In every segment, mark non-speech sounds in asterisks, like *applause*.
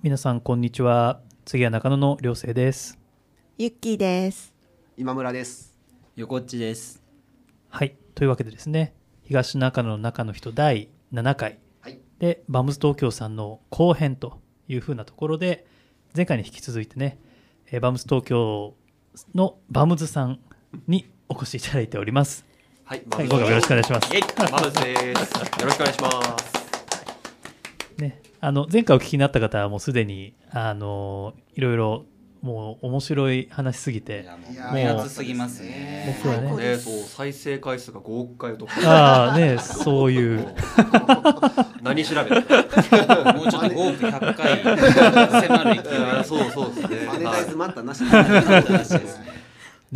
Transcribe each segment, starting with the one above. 皆さんこんにちは次は中野の良生ですゆっきーです。今村です。横っちです。はいというわけでですね東中野の中の人第7回はい。でバムズ東京さんの後編というふうなところで前回に引き続いてねえーバムズ東京のバムズさんにお越しいただいておりますはい、はい今回もよろしくお願いしますイェイマブスです。よろしくお願いします。ね、あの前回お聞きになった方はもうすでにあのいろいろもう面白い話すぎてもう目立つすぎますね。僕はね最高ね、ですそう再生回数が5億回を突破。ああねそういう何調べた？ *laughs* もうちょっと5億100回迫る勢い。そうそうですね。マネタイはズい待ったなしで。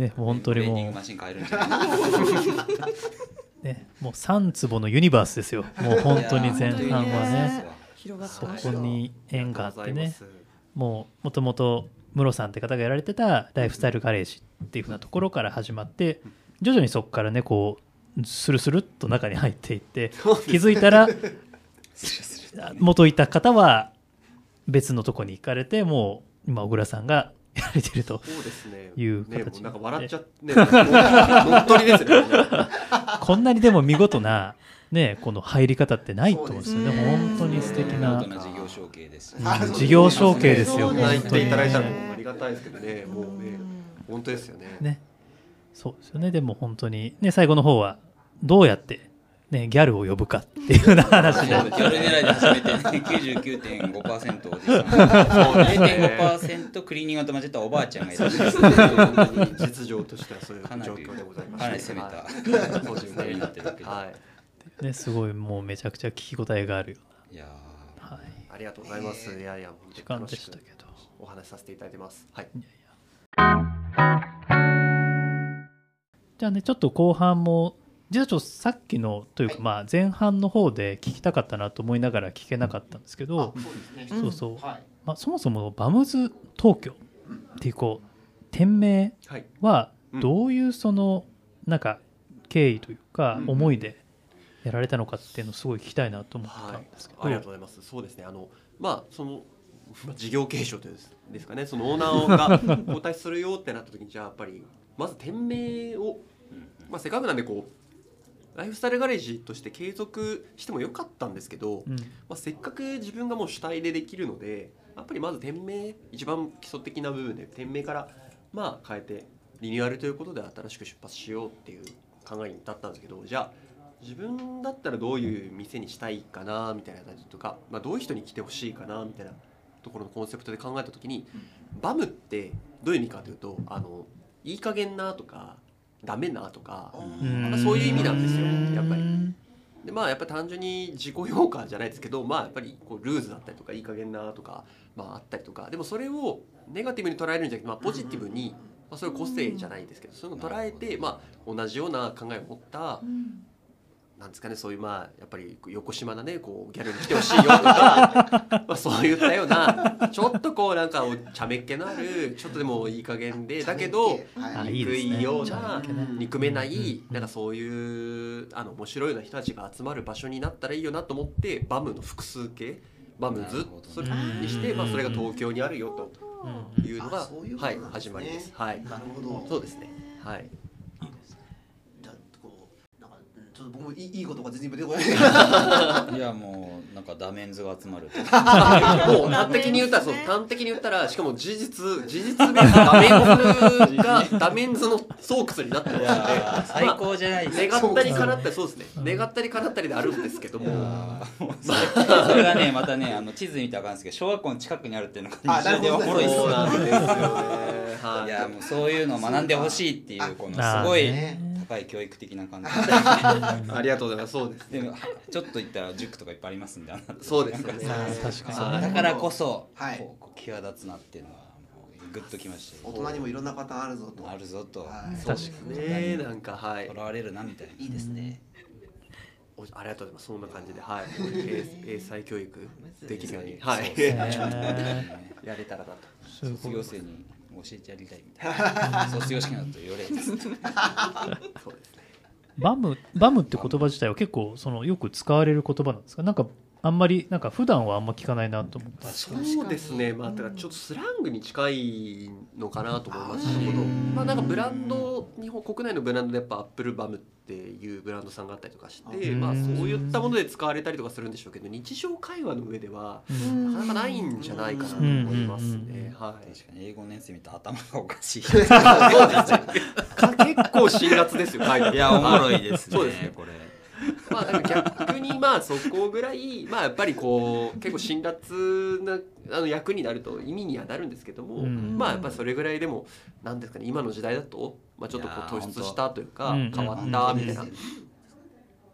ねもう本当にトレーニンもグマシン変えるんじゃない？う,、ね、もう3坪のユニバースです *laughs* よもう本当に前半はいやー本当にねね広がってそました。こに縁がああっりがとうござていまねす。もうもともとムロさんって方がやられてたライフスタイルガレージっていうふうなところから始まって徐々にそこからねこうスルスルっと中に入っていって気づいた *laughs* ら元いた方は別のとこに行かれてもう今小倉さんがやられてるとそうですね。いうね、も形うなんか笑っちゃってね、乗っ取りですね。こんなにでも見事な、ね、この入り方ってないと思うんですよねそうですね本当に素敵な、見事な事業承継ですうんね。あそう事業承継ですよそんな本言っ当ていにただいたらねもうありがたいですけどね、もうね、本当ですよね。ねそうですよねでも本当に、ね、最後の方はどうやって、ね、ギャルを呼ぶかっていうような話でそうギャル狙いで始めて99.5%おじさん、0.5%クリーニングと混じったおばあちゃんがいらっしゃる本当に実情としてはそういうかなり状況でございます。かなり攻めたはいそうですねになってるわけではい。ね、すごいもうめちゃくちゃ聞き応えがあるよいやうな、はい、ありがとうございます。いやいや、本時当間に楽でししくたけどお話しさせていただいてます。はい。じゃあねちょっと後半も実はちょっとさっきのというか、まあ、前半の方で聞きたかったなと思いながら聞けなかったんですけど、うんそうそう、はい。まあ、そもそもバムズ東京っていうこう店名はい。はうんどういうそのなんか経緯というかうん思いでやられたのかっていうのをすごい聞きたいなと思ってたんですけど、ありがとうございます。そうですね。あのまあその *laughs* まあ事業継承というですですかね。そのオーナ *laughs* ーが交代するよってなった時にじゃあやっぱりまず店名をまあせっかくなんでこうライフスタイルガレージとして継続してもよかったんですけど、うんまあ、せっかく自分がもう主体でできるのでやっぱりまず店名一番基礎的な部分で店名からまあ変えてリニューアルということで新しく出発しようっていう考えに至ったんですけどじゃあ自分だったらどういう店にしたいかなみたいな感じとか、まあ、どういう人に来てほしいかなみたいなところのコンセプトで考えた時にバムってどういう意味かというとあのいい加減なとかダメなとかうんまあそういう意味なんですよやっぱりでまあやっぱ単純に自己評価じゃないですけどまあやっぱりこうルーズだったりとかいい加減なとかまああったりとかでもそれをネガティブに捉えるんじゃなくて、まあ、ポジティブに、まあ、そういう個性じゃないですけどそういうのを捉えなて、るほまあ、同じような考えを持ったうんなんですかねそういうまあやっぱり横島なねこうギャルに来てほしいよと *laughs* かまあそういったようなちょっとこうなんかお茶目っ気のあるちょっとでもいい加減でだけどあはいいです憎ねいようなじゃあいいね憎めないうんなんかそういうあの面白いような人たちが集まる場所になったらいいよなと思ってバムの複数形バムなズるほどそれにして、まあ、それが東京にあるよとうんいうのがあそういうことはなんいですね始まりです。はいなるほど。そうですね。 *laughs* はい。じゃあこうなんかうんちょっと僕もいいいいことが全然出てこない。 *laughs* ーいやもうなんかダメンズが集ま *laughs* る。もう端的に言ったら、そう端的に言ったら、しかも事実事実ベースダメンズがダメンズのソークスになってますいので、やー最高じゃないですか。願ったり叶ったりそうですね。願ったり叶ったりであるんですけどいやも、ーもうそれ *laughs* それがねまたねあの地図見たらわかるんですけど小学校の近くにあるっていうのがあなるほどでおもろいっすそうよなんですよね。いはやもうそういうのを学んでほしいっていうこのあすごいね高い教育的な感じい。ありがとうございます。そうです。ででもちょっと行ったら塾とかいっぱいありますんであのそうですよね。まあ確かにそうはねだからこそ、はいこうこう際立つなっていうのはもうグッときました大よ人にもいろんなパターンあるぞと。あるぞとはい確かいねなんかはいと。らわれるなみたいないいですね。おありがとうございます。そんな感じで、はい。英英才教育できるように、はそうい。ですねやれたらなと。す卒ごい業生に教えてやりたいみたい *laughs* な卒業式のと言われるんですそうですね。バムバムって言葉自体は結構そのよく使われる言葉なんですかなんかあんまりなんか普段はあんま聞かないなと思ったんですそうですね、まあ、だからちょっとスラングに近いのかなと思いますしあーなるほどまあ、なんかブランド日本国内のブランドでやっぱアップルバムっていうブランドさんがあったりとかしてあまあ、うそうんいったもので使われたりとかするんでしょうけど日常会話の上ではけどうんなかなかないんじゃないかなと思いますうんね。はい確かに英語のやつ見たら頭がおか *laughs* しい。結構辛辣ですよ、海外いや、おもろいですね。そうですねこれ。まあ、だから逆にまあそこぐらい、まあ、やっぱりこう結構辛辣なあの役になると意味にはなるんですけども、うんまあやっぱりそれぐらいでもなんですかね今の時代だと、まあ、ちょっとこういやー突出したというか本当変わったみたいな。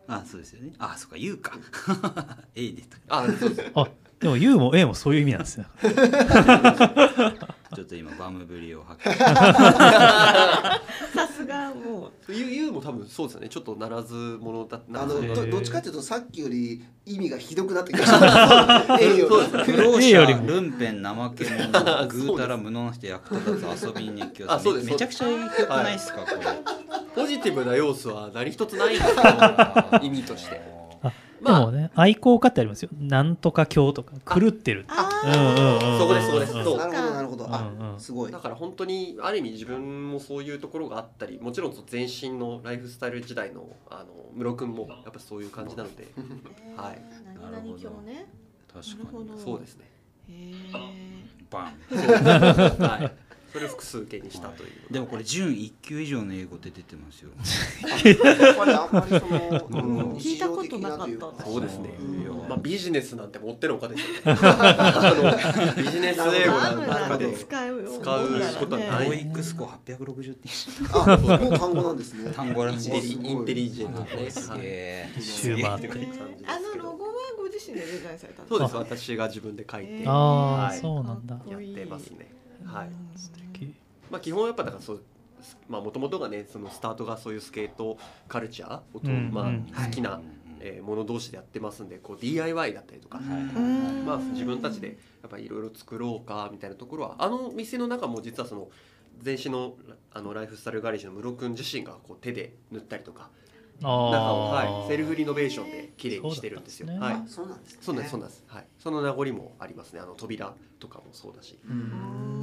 あ、そうですよね。あ、そうか、言うか。 *laughs* えいでとか。あそうですあでも U も A もそういう意味なんですねちょっと今バムブリを発見。さすがもうゆゆうも多分そうですよねちょっとならず者だったあんでのへどーどっちかっていうとさっきより意味がひどくなってきました。ええよ。 *laughs* 不老 A 者よりもルンペン怠け者ぐうたら無能な人役立たず遊びに熱狂あそうですめめちゃくちゃ影響ないですか、これ。ポジティブな要素は何一つないんですよ意味として。でもね愛好家ってありますよなんとか教とか狂ってるうんあうんうんうんそこですそこですうんそうなるほどなるほど。うんあう、んすごいだ。から本当にある意味自分もそういうところがあったりもちろんその前身のライフスタイル時代のあの室君もやっぱそういう感じなので、あはい何々今日ね確なかるほに。どそうですね、へバン。はい、それを複数形にしたという、でもこれ準1級以上の英語って出てますよ。やっぱりあんまりその、うん日常的という聞いたことなかったそうですねうんいやまあ、ビジネスなんて持ってのほかですよねあ *laughs* のビジネス英え語バなムんなかんでて使うよ使うことはないボーイックスコア860点。あ、もう単語なんですね。単語らしいですインテリインテリジェントね、すはいげえ。シューマーえーあのロゴはご自身でデザインされたんですそうかです私が自分で書いてへやーああはいそうなんだかっこいいってますねはい素敵まあ、基本やっぱだからそうまあもともとがねそのスタートがそういうスケートカルチャーをと、うんまうんあ、好きな、ええーもの同士でやってますんでこう DIY だったりとか、はいうんまあ、自分たちでやっぱりいろいろ作ろうかみたいなところはあの店の中も実はその前身のあのライフスタイルガレージの室君自身がこう手で塗ったりとか中中を、はい、セルフリノベーションで綺麗にしてるんですよ。そうだったはんいあそうなんですね。そうなんですそうなんです、はい、その名残もありますねあの扉とかもそうだし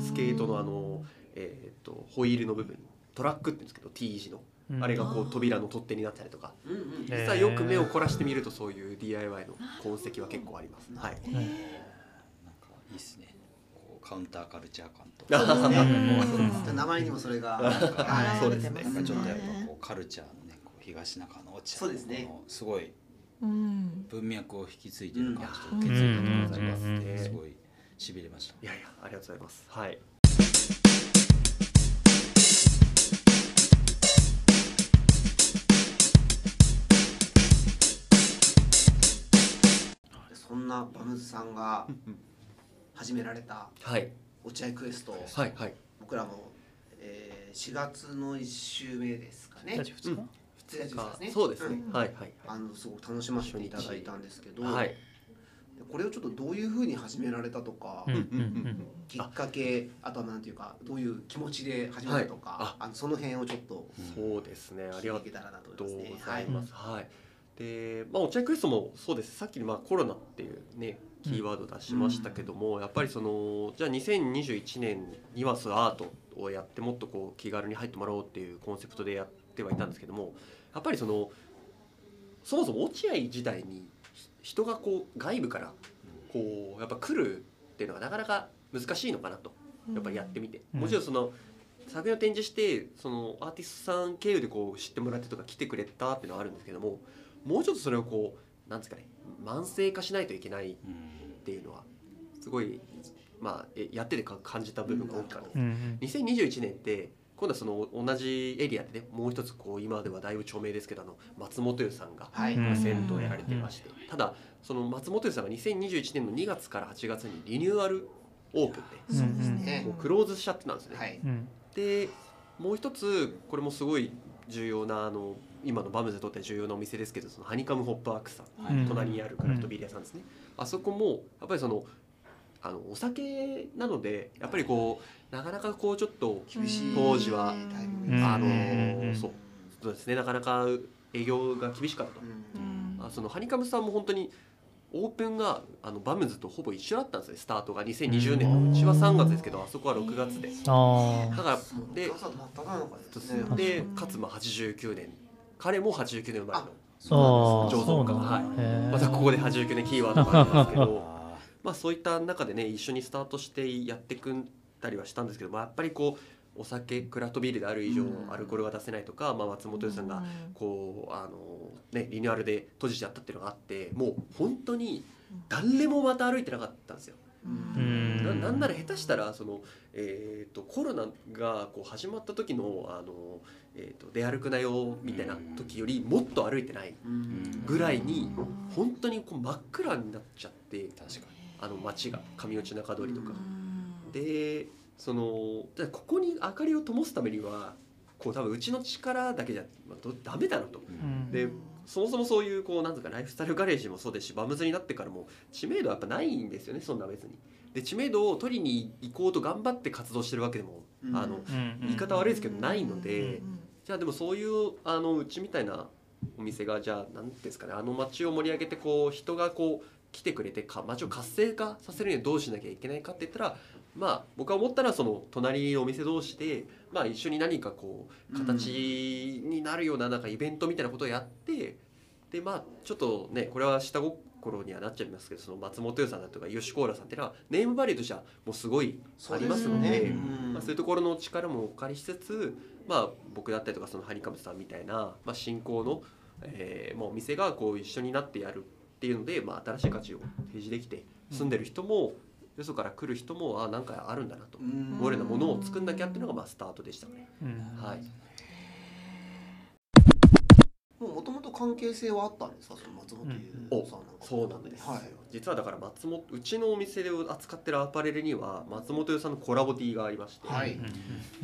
スケートのあの、えー、とホイールの部分トラックって言うんですけど T 字の、あれがこう扉の取っ手になったりとかうんうん実はよく目を凝らしてみるとそういう DIY の痕跡は結構あります。はい。なんかいいっすね。こうカウンターカルチャー感と。そ *laughs* うですねうんじゃあ名前にもそれが。はいそうですねなんかちょっとやっぱこうカルチャーのね、こう東中の落ちそうですねすごいうん文脈を引き継いでる感じとうん受け継いでる感じがあっうんてうんすごい痺れました。いやいや、ありがとうございます。はい。そんなバムズさんが始められたはい。落合クエスト、はい。はい。僕らも、えー、4月の1週目ですかね。大丈夫ですか2月ですね。そうですね。んはい。はい。あのすごく楽しませていただいたんですけど、はい。これをちょっとどういうふうに始められたとか、うんうんきっかけあとはなんていうかどういう気持ちで始めたとか、はいあのその辺をちょっとそうですね。ありが聞いていけたらなととう思いごますね。ざはいい。ます。はい。で、まあ、お茶クエストもそうです。さっき、まあ、コロナっていうね、キーワード出しましたけども、やっぱり、その、じゃあ、2021年には、そのアートをやって、もっとこう気軽に入ってもらおうっていうコンセプトでやってはいたんですけども。やっぱり、その、そもそも落合自体に、人がこう、外部から、こう、やっぱ来るっていうのが、なかなか難しいのかなと。やっぱりやってみて、うんもちろんその作品を展示してそのアーティストさん経由でこう知ってもらってとか来てくれたっていうのはあるんですけどももうちょっとそれをこうなんですかね慢性化しないといけないっうんていうのはすごい、まあ、えやっててか感じた部分が大きかったですうんうん2021年って今度はその同じエリアでねもう一つこう今ではだいぶ著名ですけどあの松本湯さんがはい。うん銭湯をやられてましてただその松本湯さんが2021年の2月から8月にリニューアルオープンでうんうんねもうクローズしちゃってたんですね、はい。うんでもう一つこれもすごい重要なあの今のバムズにとっては重要なお店ですけどそのハニカムホップワークスさん、はいうん隣にあるクラフトビール屋さんですね、あそこもやっぱりそのあのお酒なのでやっぱりこうなかなかこうちょっと厳しい当時はタイうミんングあのうんそうそうですねなかなか営業が厳しかったと、うんうんあそのハニカムさんも本当にオープンがあのバムズとほぼ一緒だったんですねスタートが2020年のうちは3月ですけどあそこは6月であだあからでで朝真っ只中ですねで勝間89年彼も89年生まれのそう醸そ造う家なはんいだへーまたここで89年キーワードがありますけ *laughs* どあまあそういった中でね一緒にスタートしてやってくんだりはしたんですけど、まあ、やっぱりこうお酒クラフトビールである以上うんアルコールが出せないとか、まあ、松本さんがこうあの、ね、リニューアルで閉じちゃったっていうのがあってもう本当に誰もまた歩いてなかったんですよ。うんななんなら下手したらその、えー、とコロナがこう始まった時のあの、えー、と出歩くなよみたいな時よりもっと歩いてないぐらいに本当にこう真っ暗になっちゃってー確かにあの街が上内中通りとかう。でそのじゃあここに明かりを灯すためにはこう多分うちの力だけじゃまあどダメだろうと。うんでそもそもそういうこうなんとかライフスタイルガレージもそうですしバムズになってからも知名度はやっぱないんですよねそんな別に。で知名度を取りに行こうと頑張って活動してるわけでも、うんあのうん言い方悪いですけどないので、うんじゃあでもそういうあのうちみたいなお店がじゃあ何ですかねあの街を盛り上げてこう人がこう来てくれてか街を活性化させるにはどうしなきゃいけないかって言ったらまあ僕は思ったらその隣のお店同士でまあ一緒に何かこう形になるようななんかイベントみたいなことをやってでまあちょっとねこれは下心にはなっちゃいますけどその松本優さんだとか吉高良さんっていうのはネームバリューとしてはもうすごいありますので。そうですよねうんまあ、そういうところの力もお借りしつつ、まあ、僕だったりとかそのハニカムさんみたいな、まあ、信仰の、えーまあ、お店がこう一緒になってやるっていうので、まあ、新しい価値を提示できて住んでる人も、よそから来る人もあなんかあるんだなとうん思えるようなものを作んなきゃっていうのがまあスタートでしたね。うんはい、もう元々関係性はあったんですかその松本おさんなんかそうなんですよ、はい実はだから松本うちのお店で扱ってるアパレルには松本屋さんのコラボ T がありまして、はい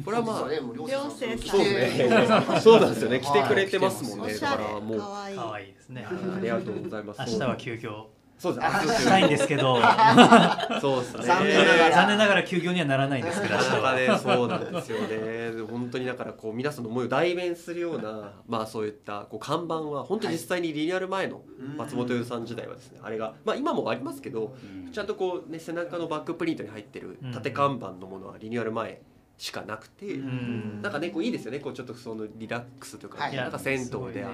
これはまあそうですよねもう涼星さんそうですねそうなんですよねはい来てくれてますもんおねしだゃかれらもう可愛い可愛いですねありがとうございます明日は休業そうですね。したいんですけどそうですね。残念ながら残念ながら休業にはならないんですけどな明日かなはかね、そうなんですよね。本当にだからこう皆さんの思いを代弁するような、まあそういったこう看板は本当に実際にリニューアル前の松本優さん時代はですね、あれがまあ今もありますけど、ちゃんとこうね背中のバックプリントに入ってる縦看板のものはリニューアル前しかなくて、んなんかねこういいですよね。こうちょっとそのリラックスというか、はいなんか銭湯でああいう。うん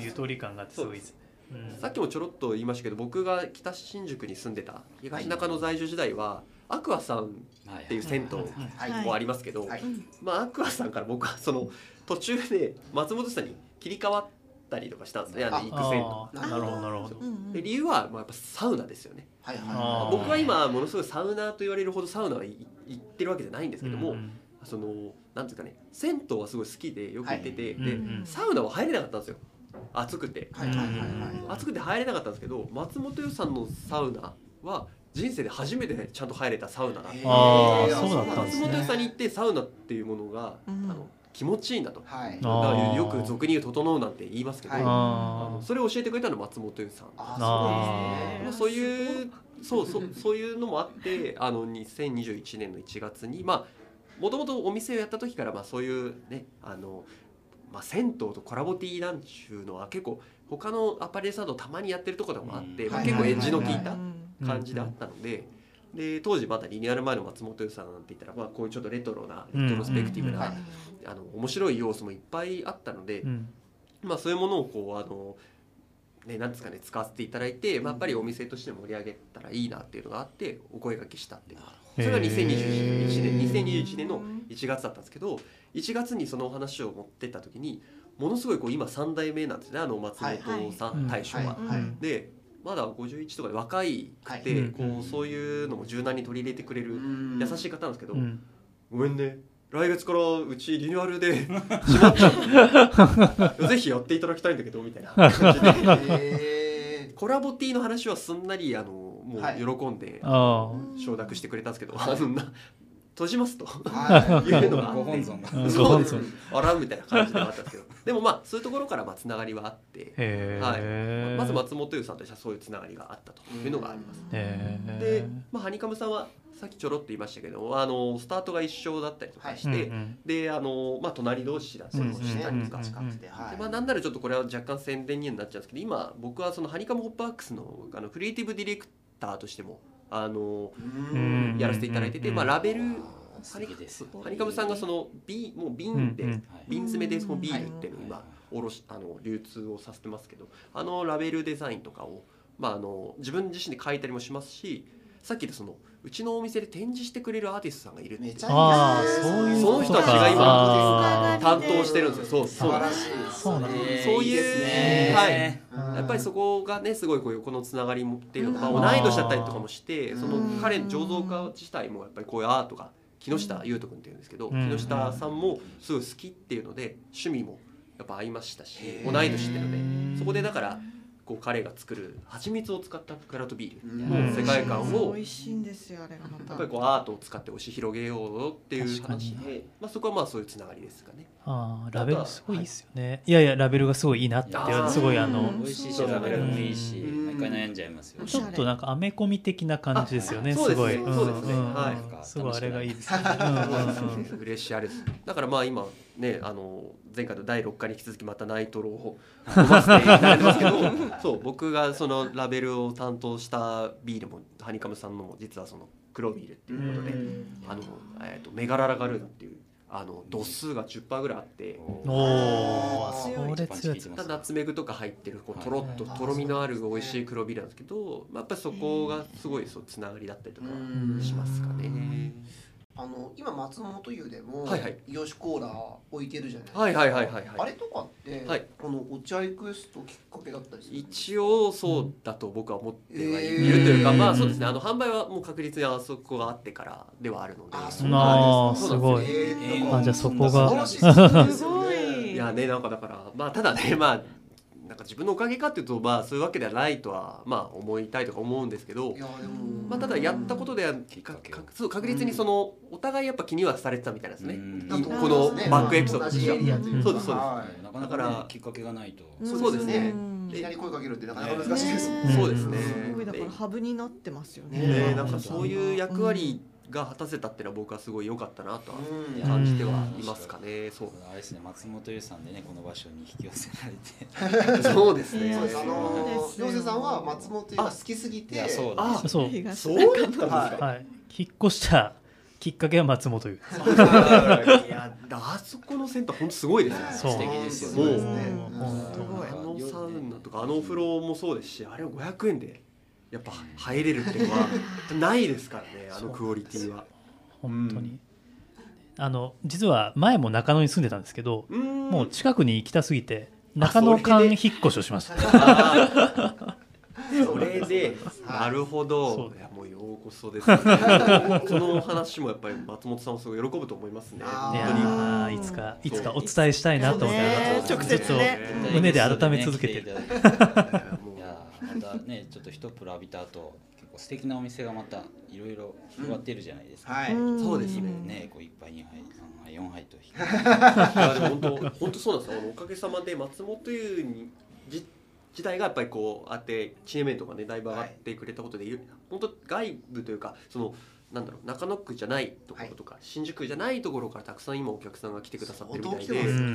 ゆとり感があってすごいですねうんさっきもちょろっと言いましたけど僕が北新宿に住んでた東中野在住時代は、アクアさんはいっていう銭はい湯もありますけど、はいまあ、アクアさんから僕はその途中で松本さんに切り替わったりとかしたんですねあのあ行く銭あなあなるほどなるほどうんうん湯で理由はまあやっぱサウナですよねはいあーは僕は今ものすごいサウナーと言われるほどサウナはい行ってるわけじゃないんですけども、うんそのなんていうかね銭湯はすごい好きでよく行ってて、うんで、うんサウナは入れなかったんですよ暑くて。いはいはいはいはい暑くて入れなかったんですけど松本優さんのサウナは人生で初めてちゃんと入れたサウナだったへーあーそうだったんですね松本優さんに行ってサウナっていうものが、うんあの気持ちいいんだとはあいだからーよく俗に言う「整う」なんて言いますけど、はいああのそれを教えてくれたのは松本優さんあそうですねまあ、そういうそうそうそういうのもあってあの2021年の1月にまあもともとお店をやった時からまあそういうねあの、まあ、銭湯とコラボティーなんちゅうのは結構他のアパレルサードたまにやってるとこでもあって、うんまあ、結構エッジの効いうんた感じであったので。で当時まだリニューアル前の松本優さんなんて言ったら、まあ、こういうちょっとレトロなレトロスペクティブな、うんうんあの面白い要素もいっぱいあったので、うんまあ、そういうものをこうあの、ね、なんですかね使わせていただいて、まあ、やっぱりお店として盛り上げたらいいなっていうのがあってお声掛けしたっていうそれが2021年2021年の1月だったんですけど1月にそのお話を持ってった時にものすごいこう今3代目なんですねあの松本さん、はい大将は。うんはいでまだ51とかで若いくて、はいこうそういうのも柔軟に取り入れてくれる優しい方なんですけど、うんごめんね来月からうちリニューアルで閉まっち *laughs* ゃうぜひやっていただきたいんだけどみたいな感じでへコラボティの話はすんなりあのもはいう喜んであ承諾してくれたんですけど、あんな閉じますと *laughs* はいごうのが本尊が。うんごそう本です尊ねあらみたいな感じではあったんですけどでもまあそういうところからまあつながりはあって、へはい、えまず松本優さんとしてはそういうつながりがあったというのがあります。へえで、まあ、ハニカムさんはさっきちょろっと言いましたけどあのスタートが一緒だったりとかして、うんうんであの、まあ、隣同士だったそうりでとすかしねたりとか、うんうんうん近くてはでいまあ、なんならちょっとこれは若干宣伝にはなっちゃうんですけど今僕はそのハニカムホップアークスのあのクリエイティブディレクターとしてもあのうんやらせていただいてて、うんまあ、ラベルすハげニえですよハニカムさんがその瓶もう瓶で、うんうんはい瓶詰めでそのビールっていうのをは今いおろしあの流通をさせてますけどあのラベルデザインとかを、まあ、あの自分自身で書いたりもしますしさっきでそのうちのお店で展示してくれるアーティストさんがいるってめちゃああめちゃそういうそのこと人かたちが今あー担当してるんですよそう素そう晴らしいですそうなんだえーそういういですねはいうんやっぱりそこがねすごいこういうこのつながりもっていうのがうんまあ同い年だったりとかもしてうんその彼の醸造家自体もやっぱりこういうアートが木下優斗君っていうんですけどうん木下さんもすごい好きっていうので趣味もやっぱ合いましたしへ同ーい年っていうのでそこでだからこう彼が作る蜂蜜を使ったクラフトビールうん世界観を美味しいんですよあれがまたやっぱりこうアートを使って押し広げようよっていう確か話にで、まあ、そこはまあそういうつながりですかね。あーラベルすごいいいですよねいやいやラベルがすごいいいなってあーすごいあうのん美味しいしラベルもいいしうん毎回悩んじゃいますようんちょっとなんかアメコミ的な感じですよねあそうすですごいねそうですねんんはいうんすごいあれがいいですねうんうんうん嬉しいあれですだからまあ今ねあの前回の第6回に引き続きまたナイトロを飲ませていただいてますけど *laughs* そう僕がそのラベルを担当したビールもハニカムさんのも実はその黒ビールっていうことでうんあの、えー、とメガララガルーナっていうあの度数が10%ぐらいあっておお強いそれ強いやつただナツメグとか入ってるこうはいとろっとはいとろみのある美味しい黒ビールなんですけど、まあ、やっぱりそこがすごいそうつながりだったりとかうんしますかね。あの今松本湯でもはいはいよしコーラ置いてるじゃないですかはいはいはいはいはいあれとかってはいこのお茶リクエストきっかけだったりするんですか一応そうだと僕は思ってはいるうとんいうか、えーまあそうですねあの販売はもう確実にあそこがあってからではあるのであそそううななんんでですすねごすごいあじゃあそこ素が晴らしいですすごよいねいやねなんかだからまあただ *laughs* ねまあなんか自分のおかげかっていうとまあそういうわけではないとはまあ思いたいとか思うんですけどいやでもまあただやったことではきっかけをかかそう確実にそのお互いやっぱ気にはされてたみたいなんですねうんいこのバックエピソードとしては同じエリアといかそうですそうですはいなかなだかからねきっかけがないとそうですねんいきなり声かけるってなかなか難しいですもんねそうですねすごいだからハブになってますよねねねなんかそういう役割が果たせたっていうのは僕はすごい良かったなとはうんいや感じてはいますかねそうあれですね松本優さんでねこの場所に引き寄せられてそうですね。そうですあのそうですよ涼星さんは松本湯が好きすぎいてやそうだあ、そう東そうだったんですか。はい引っ越したきっかけは松本優いや、あそこのセンター本当すごいですよね。そう素敵ですよねそうですね本当すごいあのサウナとかあのお風呂もそうですし、あれを500円でやっぱ入れるっていうのはないですからね、あのクオリティは。本当に、うんあの実は前も中野に住んでたんですけど、ももう近くに行きたすぎて中野間引っ越しをしましたそれで、なるほそどう。いやもうようこそですね。そのお話もやっぱり松本さんもすごい喜ぶと思いますね。あいや本当に。ーいつかいつかお伝えしたいなと思って、ねちょ直接ねっと胸で改め続けてるるもういやーまたねちょっと一プラ浴びた後結構素敵なお店がまたいろいろ広がってるじゃないですか、はいそうですねねこう一杯二杯三杯四杯と引いやでも本当本当そうなんですよあのおかげさまで松本優にじ時代がやっぱりこうあって知名面とかねだいぶ上がってくれたことで、本当外部というかそのなんだろう中野区じゃないところとか、新宿区じゃないところからたくさん今お客さんが来てくださってるみたい相当来てでますうん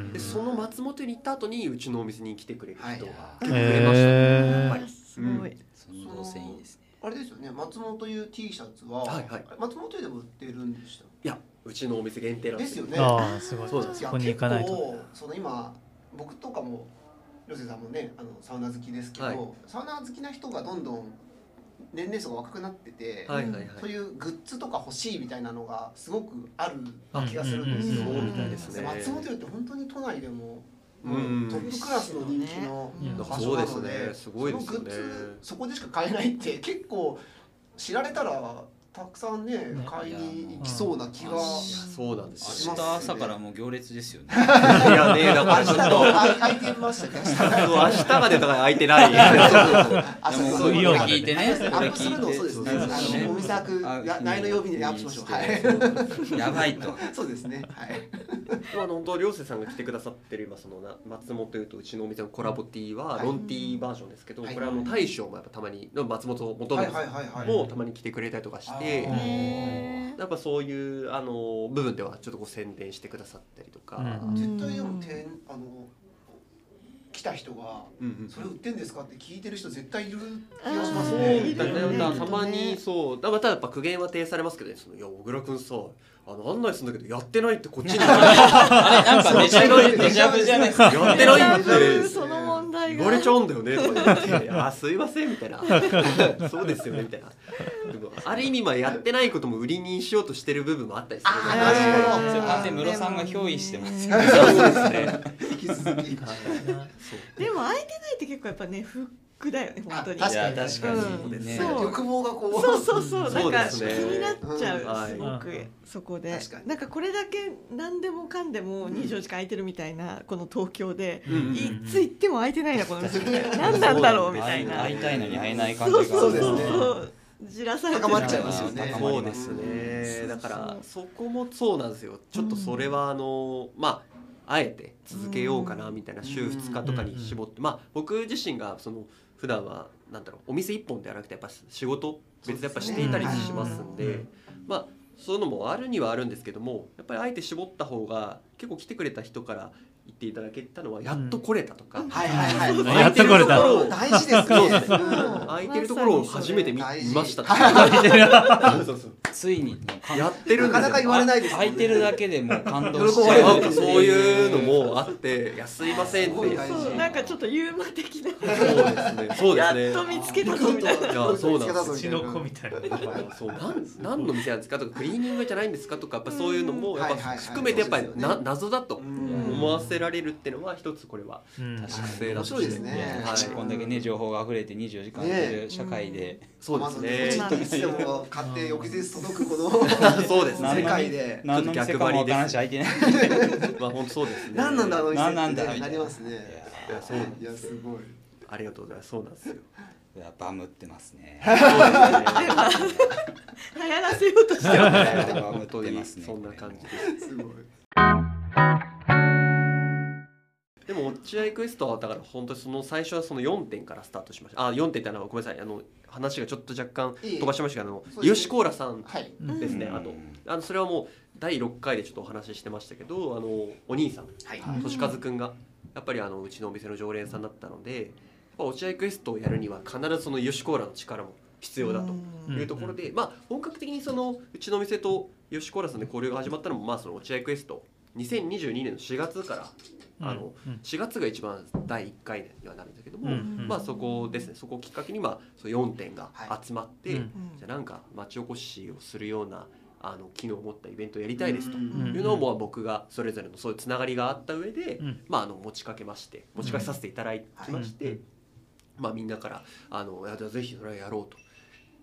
うんでその松本に行った後にうちのお店に来てくれる人がは結構増えましたね、えやっぱーりすごいその動線い *laughs* いですねあれですよね松本湯 T シャツははいはい松本湯でも売ってるんでしたいやうちのお店限定なんでですすよよねああすごいそうそなんですやこに行かないと結構その今僕とかも広瀬さんもねあのサウナ好きですけど、はいサウナ好きな人がどんどん年齢層が若くなってて、はいはいはい、そういうグッズとか欲しいみたいなのがすごくある気がするんですよ。うんうんうんうんそうみたいですね松本湯って本当に都内でも、ううんん、トップクラスの人気のうん場所なのそうですで、ねすごいですよね *laughs* そのグッズそこでしか買えないって結構知られたらたくさんねね買いに行きそうな気がいやそうなんで明すしまよ。日すね朝からもう行列ですよね。いやねだか明らちょっ日のと。あ開いてました *laughs* ね明日そう明日がねだから空いて *laughs* ない。あでそうもそうこれイオンまで聞いてね、こアれップす聞るのをそういてですそうね。であすねのお店開くあやないの曜日にアップしましょう。はい。やばいと。そうですね。はい。まあ本当涼星さんが来てくださってる今そのな松本というとうちのお店のコラボティーははいロンティーバージョンですけど、はいこれはあの大将もやっぱたまに松本を求はめいてはいはいはい。もたまに来てくれたりとかして。あへーやっぱそういうあの部分ではちょっとこう宣伝してくださったりとか、うん絶対でも店あの来た人がうんうんそれ売ってんですかって聞いてる人絶対いる気あがしーますそうね。だいるよねねきだからったとまにそうだからただやっぱ苦言は呈されますけどねそのいや小倉君さあの案内するんだけどやってないってこっちにあ *laughs* れ、なんかデジャブ、デジャブじゃないですか。やってない多んで分その問題言がわれちゃうんだよねとか言って「いやすいません」みたいな「そうですよね」みたいなでもある意味まあやってないことも売りにしようとしてる部分もあったりするのであーなるほどそれ完全に室さんが憑依してますよ。そうですね引き続き。そうでも空いてないって結構やっぱねフックだよね本当にあい確や、かに確かにね。そう欲望がこう。そうそうそうそなうんでかす気ねになっちゃうんはういすごくそこで確かになんかこれだけ何でもかんでも24時間空いてるみたいなこの東京でうんいつ行っても空いてないなこの店何なんだろうみたいな会いたいのに会えない感じそうが。そうですそねうそうじらされて高まっちゃいますよねそうですうね。んだそかうらそこもそうなんですよ。ちょっとそれはあの、まああえて続けようかなみたいな週うん2日とかに絞って、まあ僕自身がその普段はなんだろうお店一本ではなくてやっぱ仕事別でやっぱしていたりしますんで、そうですねまあそういうのもあるにはあるんですけども、やっぱりあえて絞った方が結構来てくれた人から言っていただけたのはやっと来れたとか。はいはいは *laughs* い。やっとこれた大事ですそうでねすね。空いてるところを初めて見,、まさにそれま *laughs* した。そうそうそうついに、やってるなんですよかなか言われないですもん空ね。いてるだけでもう感動し喜ちばれるゃなうんかそういうのもあって「いやすいません」ってすごい大事そうなんかちょっとユーマ的なそうですねそうですねやっと見つけたぞみたいな。いやそうなんですうちの子みたいなだからそうなん何の店なんですかとかクリーニングじゃないんですかとかやっぱそういうのもやっぱはいはいはい含めてやっぱりな謎だとうん思わせられるっていうのは一つこれはうん特性だ面と白いですね。はいこんだけね、情報が溢れて24時間やってる社会で。そうでちすょねっといつでも買って翌日届くこの *laughs* そうです世ね界で何の店かもわからんし、空いてない。いまあ本当そうですね *laughs* 何なんだあの店何なんっだてなりますね。いやそういやすごい。ありがとうございますそうなんですよや、バムってますね。そうですね流行らせようとしてるバム本っ当てにますね。そんな感じですすごい。でも落合クエストはだから本当にその最初はその4点からスタートしましたあ4点ってあのごめんなさいあの話がちょっと若干いえいえ飛ばしましたけどあのそうですねヨシコーラさんはい。うんですね、うんあとあのそれはもう第6回でちょっとお話ししてましたけどあのお兄さんはい。俊和くんがやっぱりあのうちのお店の常連さんだったのでやっぱ落合クエストをやるには必ずそのヨシコーラの力も必要だというところで、まあ、本格的にそのうちのお店と吉コーラさんで交流が始まったのも、まあ、その落合クエスト2022年の4月から、あのうんうん4月が一番第1回にはなるんだけども、うんうんまあ、そこですねそこをきっかけに、まあ、その4点が集まって、うんじゃあなんか町おこしをするようなあの機能を持ったイベントをやりたいですとうんうんいうのを、まあ、僕がそれぞれのそういうつながりがあった上で、うんまあ、あの持ちかけまして持ちかけさせていただきまして、うんまあ、みんなからあのいやじゃあぜひそれはやろうと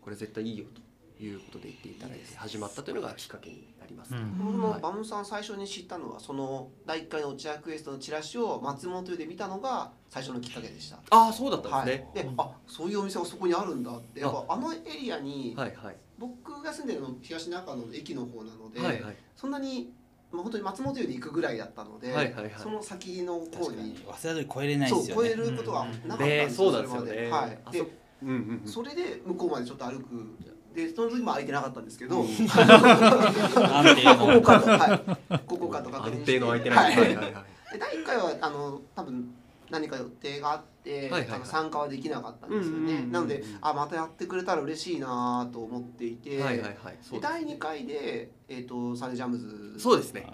これ絶対いいよということで言っていただいて始まったというのがきっかけになります、うん僕もバムさん最初に知ったのはその第一回の落合クエストのチラシを松本湯で見たのが最初のきっかけでした。ああそうだったんはい。ですね、で、あそういうお店がそこにあるんだってやっぱあのエリアにはい、はい僕が住んでるの東中野の駅の方なので、はいはいそんなに、まあ、本当に松本湯で行くぐらいだったので、はいはいはいその先の確方かにに早稲田通り超えれないでそうすよ超えね。ることはなかったんねですそよ、うなんですよね、それまで、あはい、そでうんうんうんそれで向こうまでちょっと歩くでその時も空いてなかったんですけど、 *laughs* うん安定ここの。かと、はい、ここかと確安認して定の相手なんで、ははいいはいはいで第1回はあの多分何か予定があって、いはいはい多分参加はできなかったんですよね、うんうんうんうんなのであまたやってくれたら嬉しいなと思っていて、はいはいはいそでうです第2回で、えー、とサネジャムズそうですね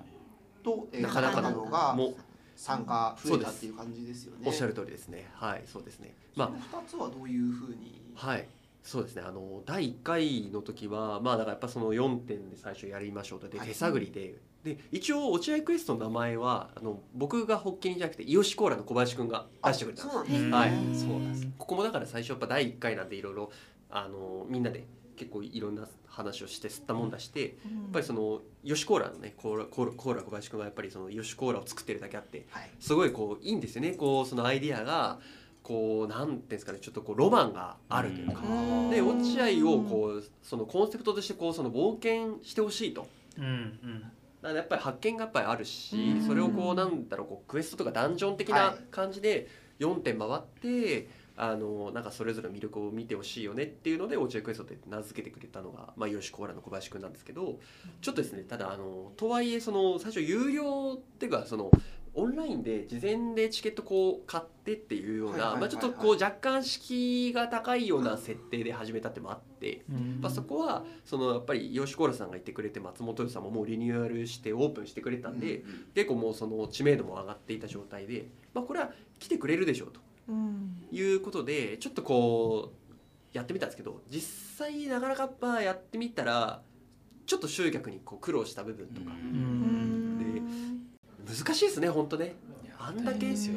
と、えー、なかなかのがもう参加増えたっていう感じですよね。おっしゃる通りですねはいそうですねまあその二つはどういうふうに。はいそうですねあの第1回の時はまあだからやっぱその4点で最初やりましょうとではい手探りで。で一応落合クエストの名前はあの僕が発見じゃなくてイヨシコーラの小林くんが出してくれたんあですそうなんですね。はいうんここもだから最初やっぱ第1回なんでいろいろあのみんなで結構いろんな話をして吸ったもんだしてやうんっぱりそのヨシコーラのねコーラコーラコーラ小林君がやっぱりそのヨシコーラを作ってるだけあってはいすごいこういいんですよねこうそのアイディアがこうなんていうんですかねちょっとこうロマンがあるというか。うんで落合をこうそのコンセプトとしてこうその冒険してほしいとうんうんだからやっぱり発見がやっぱりあるしうんそれをこうなんだろうこうクエストとかダンジョン的なはい感じで4点回ってあのなんかそれぞれの魅力を見てほしいよねっていうので落合クエストって名付けてくれたのがまあよしコーラの小林くんなんですけどちょっとですねただあのとはいえその最初有料っていうかそのオンラインで事前でチケットこう買ってっていうようはいはいはないまあちょっとこう若干敷居が高いような設定で始めたってもあって。うんまあ、そこはそのやっぱり吉コーラさんが言ってくれて松本さんももうリニューアルしてオープンしてくれたんで、結構もうその知名度も上がっていた状態で、まあ、これは来てくれるでしょうとうんいうことでちょっとこうやってみたんですけど実際なかなかまあやってみたらちょっと集客にこう苦労した部分とうか、ん難しいですね本当ねあんだけですよ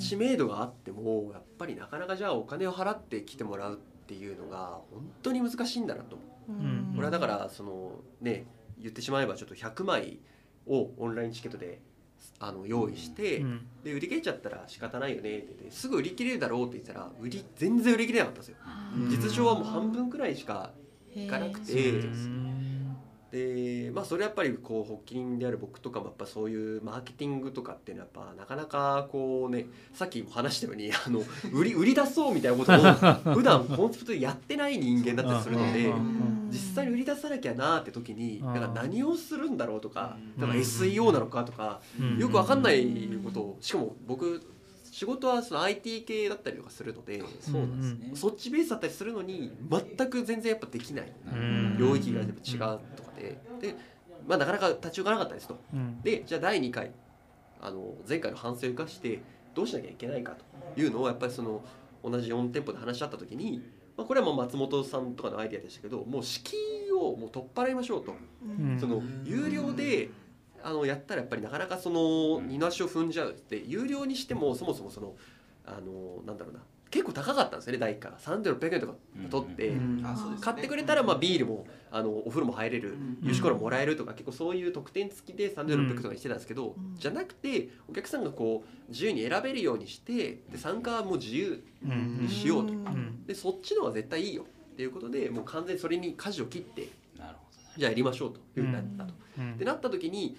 知名度があってもやっぱりなかなかじゃあお金を払って来てもらうっていうのが本当に難しいんだなと思ってんこれはだからそのね言ってしまえばちょっと100枚をオンラインチケットであの用意して、うんで売り切れちゃったら仕方ないよねって言ってすぐ売り切れるだろうって言ったら売り全然売り切れなかったんですよ、うん実情はもう半分くらいしか行かなくてうんでまあそれやっぱりこう発起人である僕とかもやっぱそういうマーケティングとかっていうのはやっぱなかなかこうねさっきも話したようにあの売り売り出そうみたいなこ *laughs* とを普段コンセプトでやってない人間だったりするので。うん実際に売り出さなきゃなーって時にうんなんか何をするんだろうとかうんなんか SEO なのかとかうんよくわかんないことをしかも僕仕事はその IT 系だったりとかするのでそうなんですね。そっちベースだったりするのに全く全然やっぱできないうん領域がやっぱ違うとかでで、まあ、なかなか立ち行かなかったですとうんでじゃあ第2回あの前回の反省を生かしてどうしなきゃいけないかというのをやっぱりその同じ4店舗で話し合った時に、まあ、これはもう松本さんとかのアイデアでしたけどもう敷居をもう取っ払いましょうと、うんその有料であのやったらやっぱりなかなかそのうん二の足を踏んじゃうって有料にしてもそもそもそのあのなんだろうな結構高かったんですよね第1回3600円とか取って、うんあそうですね買ってくれたらまあビールもあのお風呂も入れるうん有志コーラもらえるとか結構そういう特典付きで3600とかにしてたんですけど、うんじゃなくてお客さんがこう自由に選べるようにしてで参加はもう自由うんしようとうんでそっちの方が絶対いいよっていうことでもう完全にそれに舵を切ってなるほじゃあやりましょうというふうになったと。うんってなった時に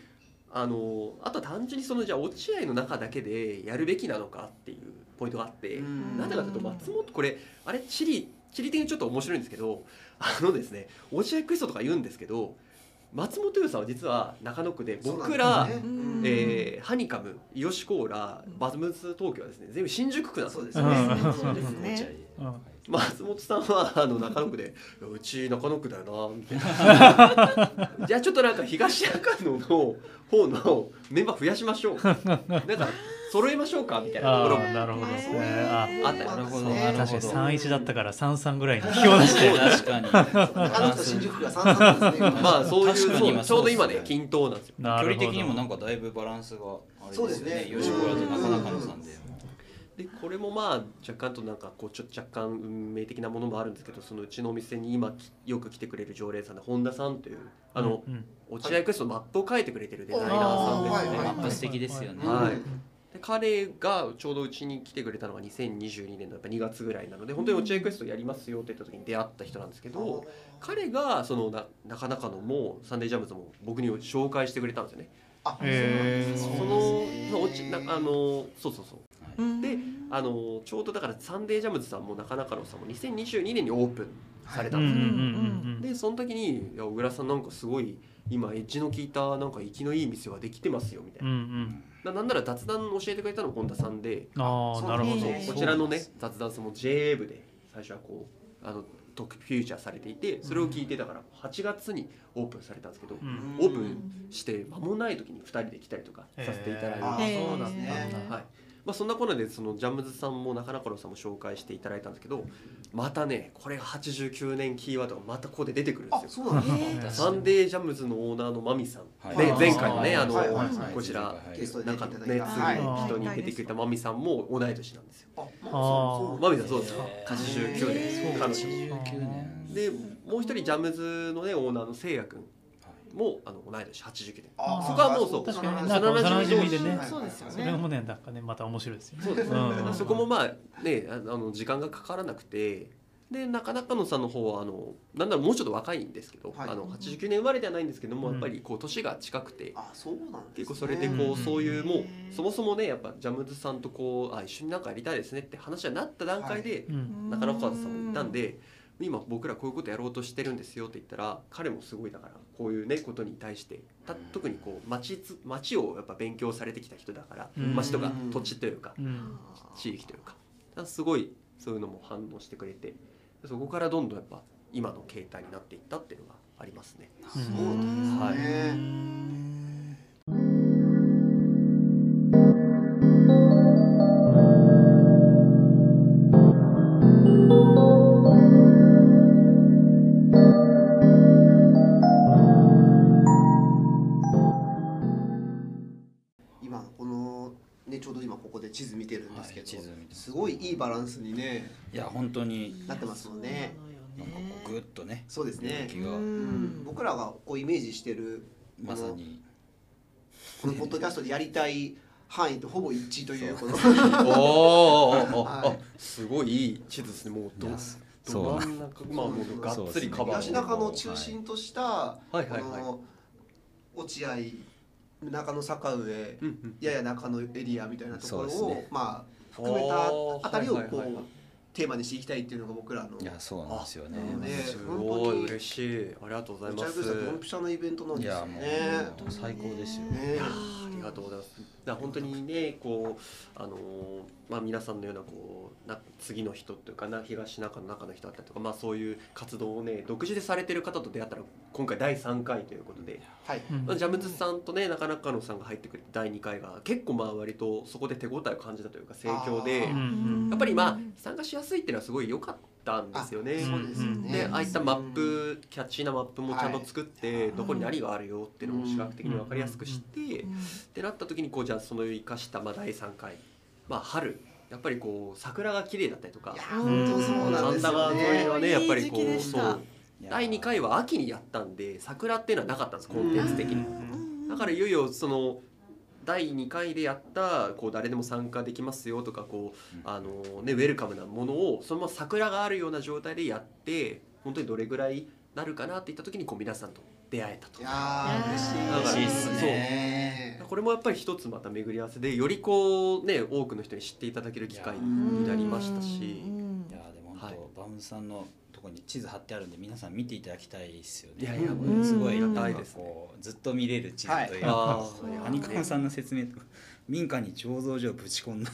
あのあとは単純にそのじゃあ落合の中だけでやるべきなのかっていうポイントがあって。うんなぜかというと松本これあれ地理地理的ちょっと面白いんですけどあのですね落合クエストとか言うんですけど松本優さんは実は中野区で僕ら、そうなんですねえーハニカムイヨシコーラバズムズ東京はですね全部新宿区なんですそようですうんねそうですど。ねうん松本さんはあの中野区で「いやうち中野区だよな」みたい *laughs* なじゃあちょっとなんか東中野の方のメンバー増やしましょうなんか揃えましょうかみたいなところああもなるほどですねああったりなるほど。ねなる確かほにど。 31だったから33ぐらいに引きを出して確かに。確あの人新宿区が三三なんですね *laughs* まあそういう確かに今そうちょうど今そうねですね均等なんですよな距る離ほど的にもなんかだいぶバランスがあれそうでですすねね吉村となかなかのさんででこれもまあ若干となんかこうちょっと若干運命的なものもあるんですけどそのうちのお店に今きよく来てくれる常連さんの本田さんというあの、うんうん落合クエストのマップを書いてくれてるデザイナーさんですね、あーはいマはップ素敵ですよねはいうんで彼がちょうどうちに来てくれたのが2022年のやっぱ2月ぐらいなので本当に落合クエストやりますよって言った時に出会った人なんですけど彼がそのななかなかのもサンデージャムズも僕に紹介してくれたんですよねあへーそそうのなんまあ落ちなあのそうそうそうであのちょうどだからサンデージャムズさんも中中野さんも2022年にオープンされたうんんうでんすよ、うんうんでその時にいや「小倉さんなんかすごい今エッジの効いたなんか生きのいい店ができてますよ」みたいうな,、んななんなら雑談教えてくれたの本田さんで、うんああなるほそうどねこちらのね雑談も JA 部で最初はこうあのとフューチャーされていてそれを聞いてだから8月にオープンされたんですけど、うんオープンして間もない時に2人で来たりとかさせていただいて、あへーそうなんですねはいまあ、そんなこんなでそのジャムズさんも中野コロさんも紹介していただいたんですけどまたねこれが89年キーワードがまたここで出てくるんあですそよ。うなんですねえサンデージャムズのオーナーのマミさん、はいで前回のねあーあの、はいはいはいこちらゲストで出中ていのただいねた次はいの人に出てくれたマミさんも同い年なんですよ。あまああーそうそうマミさんそうですよへー89年彼女89年でもう一人ジャムズの、ね、オーナーのせいや君もあの同い年89年あそこはもうそう確かになんか幼馴染でねそうですよそれもねなんかねまた面白いですよねそうですねうんそこもまあねああの時間がかからなくてで中中野さんの方はあのなんならもうちょっと若いんですけど、はいあの89年生まれではないんですけども、うんやっぱりこう年が近くてあそうなんです、ね、結構それでうんこうそういうもへうーそもそもねやっぱジャムズさんとこうあ一緒になんかやりたいですねって話はなった段階で、うん中野和さんも言ったんで今僕らこういうことやろうとしてるんですよって言ったら彼もすごいだからこういうねことに対してた特にこう町つ町をやっぱ勉強されてきた人だからうん町とか土地というかうん地域というかだからすごいそういうのも反応してくれてそこからどんどんやっぱ今の形態になっていったっていうのがあります *laughs* ね。そうなんですね、今このねちょうど今ここで地図見てるんですけはいど、地図見てますすごいいいバランスにねいや本当になってますもんねなんかこうグッとねそうですね気がうん僕らがこうイメージしてるまさにこのポッドキャストでやりたい範囲とほぼ一致というこのおーおーおーおーはあいすごいいい地図ですねもうどいやど真ん中まあもうがっつりカバーを *laughs* 東中野を中心としたいはこいはいはいの落合中野坂上うんうんやや中野エリアみたいなとこそうろですをねまあ含めたあたりあーはいはいをはいはこいうテーマにしていきたいっていうのが僕らのいやそうなんですよねあねす本ご当いに嬉しいありがとうございめちまゃすくちゃドンピシャのイベントなんいですやよもねう本当最高ですよねありがとうございます。だから本当にね、こうあのーまあ皆さんのようなこうな次の人というかな東中の中の人だったりとか、まあそういう活動をね独自でされてる方と出会ったら今回第三回ということで、はいうんまあジャムズさんとね中中野さんが入ってくれて第二回が結構まあ割とそこで手応えを感じたというか盛況で、あーうんやっぱりまあ参加しやすいっていうのはすごい良かったんですよね。あそうですよねで、ああいったマッうんプキャッチーなマップもちゃんと作って、はいどこに何があるよっていうのを視覚的に分かりやすくして、ってなった時にこうじゃあその生かしたまあ第3回、まあ、春やっぱりこう桜が綺麗だったりとかいや本当そうなんです神田よ川沿いねはねやっぱいりこい時期うでしそたういや第2回は秋にやったんで桜っていうのはなかったんですコンテンツ的に。だかららいよいよその第2回でやったこう誰でも参加できますよとかこう、うんあのね、ウェルカムなものをそのまま桜があるような状態でやって本当にどれぐらいなるかなっていった時にこう皆さんと出会えたとい。やー嬉しいだから嬉しいっすねこれもやっぱり一つまた巡り合わせでよりこうね多くの人に知っていただける機会になりましたしいやでも本当、はいバウムさんのとこに地図貼ってあるんで皆さん見ていただきたいですよね。いやいやもうすごいうんなんかこうずっと見れる地図というか、ああいやハニカムさんの説明とか民家に醸造所をぶち込んだ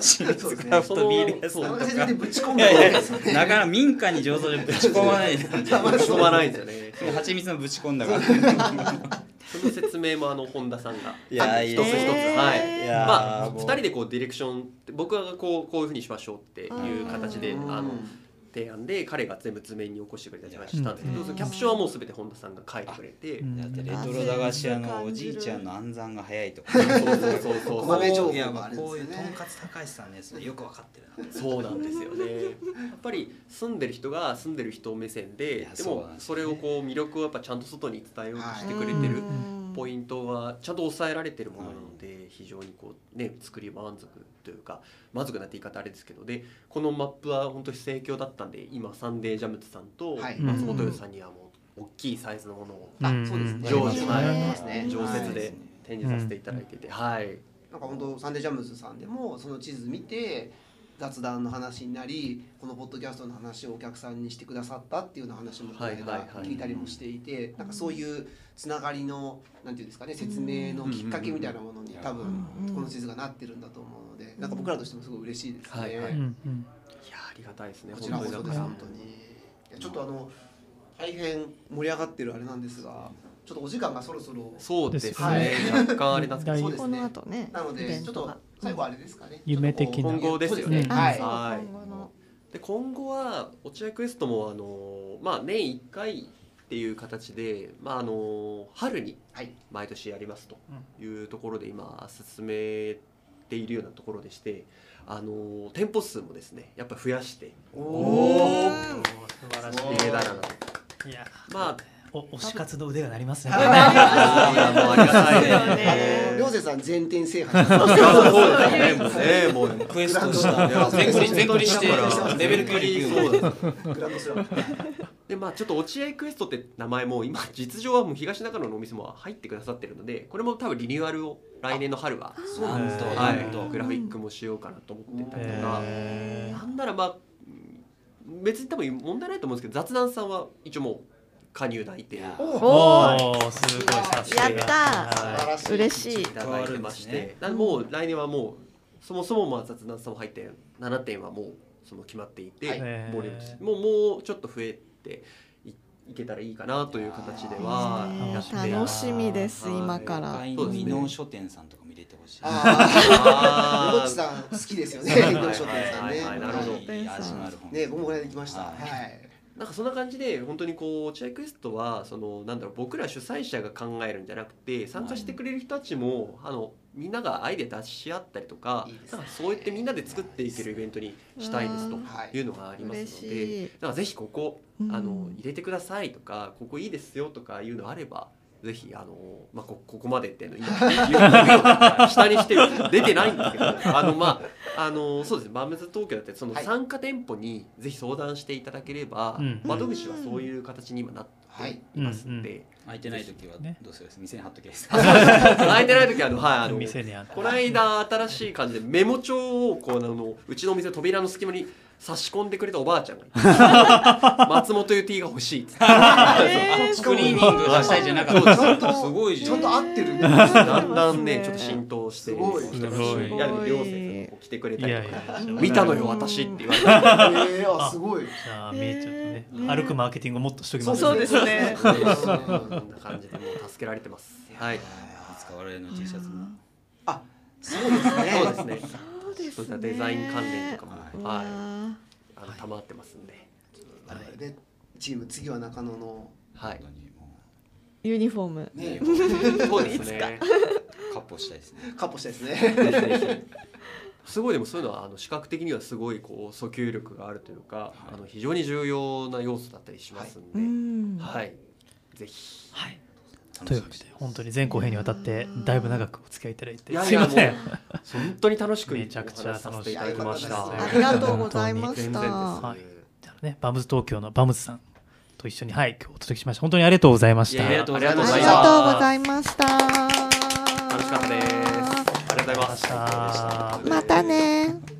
チーズクラフトビール屋さそあんのと先生かで。ぶち込んいだわやけいですよやねなかなか民家に醸造所ぶち込まないでしょうがないんですよねはちみつのぶち込んだからその説明もあの本田さんがいやい一いつ一ですつねはいいやまあもう二人でこうディレクションって僕がこうこういうふうにしましょうっていう形でうんあの提案で彼が全部図面に起こしてくれたりとかしたんですけうどんそのキャプションはもう全て本田さんが書いてくれてうんだってレトロ駄菓子屋のおじいちゃんの暗算が早いとかそうそうそうそう豆情報いやがあるんですこうよねいうとんかつ高橋さんのやつよくわかってるなとそうなんですよね。やっぱり住んでる人が住んでる人目線いで、やでそうもなんですそれをこう魅力をやっぱちゃんと外に伝えようとしてくれてるポイントはちゃんと抑えられてるものなので、非常にこうね作り満足というか満足なって言い方あれですけどでこのマップは本当に盛況だったんで、今サンデージャムズさんとはい松本優さんにはもう大きいサイズのものをあそうですね常時前前ますね常設はいで展示させていただいてて、はい。なんか本当サンデージャムズさんでもその地図見て雑談の話になりこのポッドキャストの話をお客さんにしてくださったっていうような話もこの間はいはいはい聞いたりもしていてなんかそういうつながりのなんていうんですかね説明のきっかけみたいなものに多分うんこの地図がなってるんだと思うのでなんか僕らとしてもすごい嬉しいですね。はいはういんうんいやありがたいですね。こちらこそ本当にですだか本当にいやちょっとあの大変盛り上がってるあれなんですがちょっとお時間がそろそろらそうですねですよね。若干あれなんですけど大そうですこねの後ねなのイでベンちょっトとが最後あれですかね夢的なちょっとこう今後ですよそうねですははいいはい今後ので今後は落合クエストもあのまあ年1回っていう形で、まあ、あの春にはい毎年やりますというところで今進めているようなところでしてあの店舗数もですねやっぱ増やしておおおー素晴らしヒゲだらな。い。いや、まあ、お推し活の腕がなりますね。あーもうありがたいそうよねね。涼星さん全店制覇そうだよね、もうね、もうね。クエストした全クリ全クリしてレベル9に行そくうだグランドスラムでまあちょっと落合クエストって名前も今実情はもう東中野のお店も入ってくださってるのでこれも多分リニューアルを来年の春はそうななんんですとねなはんいとグラフィックもしようかなと思ってたりとかへなんならまあ別に多分問題ないと思うんですけど雑談さんは一応もう加入内定いたーおおお、すごいさすが。やった素晴はらしい嬉しいだいてまして、変わるんですねなんでもう来年はもうそもそもまあ雑談さんも入って7点はもうその決まっていて、はいへーボリュームとしてもうもうちょっと増えていいけたらいいかなという形ではねやって楽しみですはい今からはい会員の伊能書店さんとかも入れてほしいあああ野口ーさん好きですよねはい伊藤商店さんねはいはいなるほどいい味のある本ね僕もこの間行きましたははいいなんかそんな感じで本当にこう落合クエストはそのなんだろう僕ら主催者が考えるんじゃなくて参加してくれる人たちもあのみんながアイデア出し合ったりとかいいですなねんかそうやってみんなで作っていけるイベントにしたいですとはいいうのがあります嬉のしいでだからぜひここうんあの入れてくださいとかここいいですよとかいうのあればぜひあの、まあ、こここまでっていうの今 *laughs* 言う下にして出てないんですけどあのまああのそうですねバムズ東京だってそのはい参加店舗にぜひ相談していただければ、うん窓口はそういう形に今なっはいていますので、空いてない時はねどうする店に貼っとけばいいです空いてない時はあのはいあい。の店にあったこの間新しい感じでメモ帳をこうあのうちのお店の扉の隙間に差し込んでくれたおばあちゃんがいて松本いう T が欲しいっつってえークリーニングがしたいじゃなかっちゃんたとすごいじちゃゃんんと合ってるねだんだんねちょっと浸透してすごいきてますすごいいやでも涼星さんも来てくれいたりやといかや。見たのよ私って言われてえーあすごいじゃあ、見えちゃっとね。ね歩くマーケティングもっとしときます。そうですね *laughs* そんな感じでもう助けられてますはい使われるの T シャツもあそうですねそうですねそうですそういったねデザイン関連とかもははいいあの溜まってますんで我々でチーム次は中野の *laughs* はい本当にもユニフォームうねそうですねカッポしたいですねカッポしたいですねすごいでもそういうのはあの視覚的にはすごいこう訴求力があるというかあの非常に重要な要素だったりしますうんでんはいぜひはい。楽といしうわみけしでて、本当に前後編にわたって、だいぶ長くお付き合いいただいて。いやいすいやません。も本当に楽しくめちゃくちゃ楽しおか話っしさせていただきましいやよかったたであすりがとうございまし全然たですはじゃあね、バムズ東京のバムズさんと一緒に、はい、今日お届けしました。本当にありがとうございましいやた。ありがとうございあまりすがとうございました楽しかったですありがとうございますありがとうございましたまたね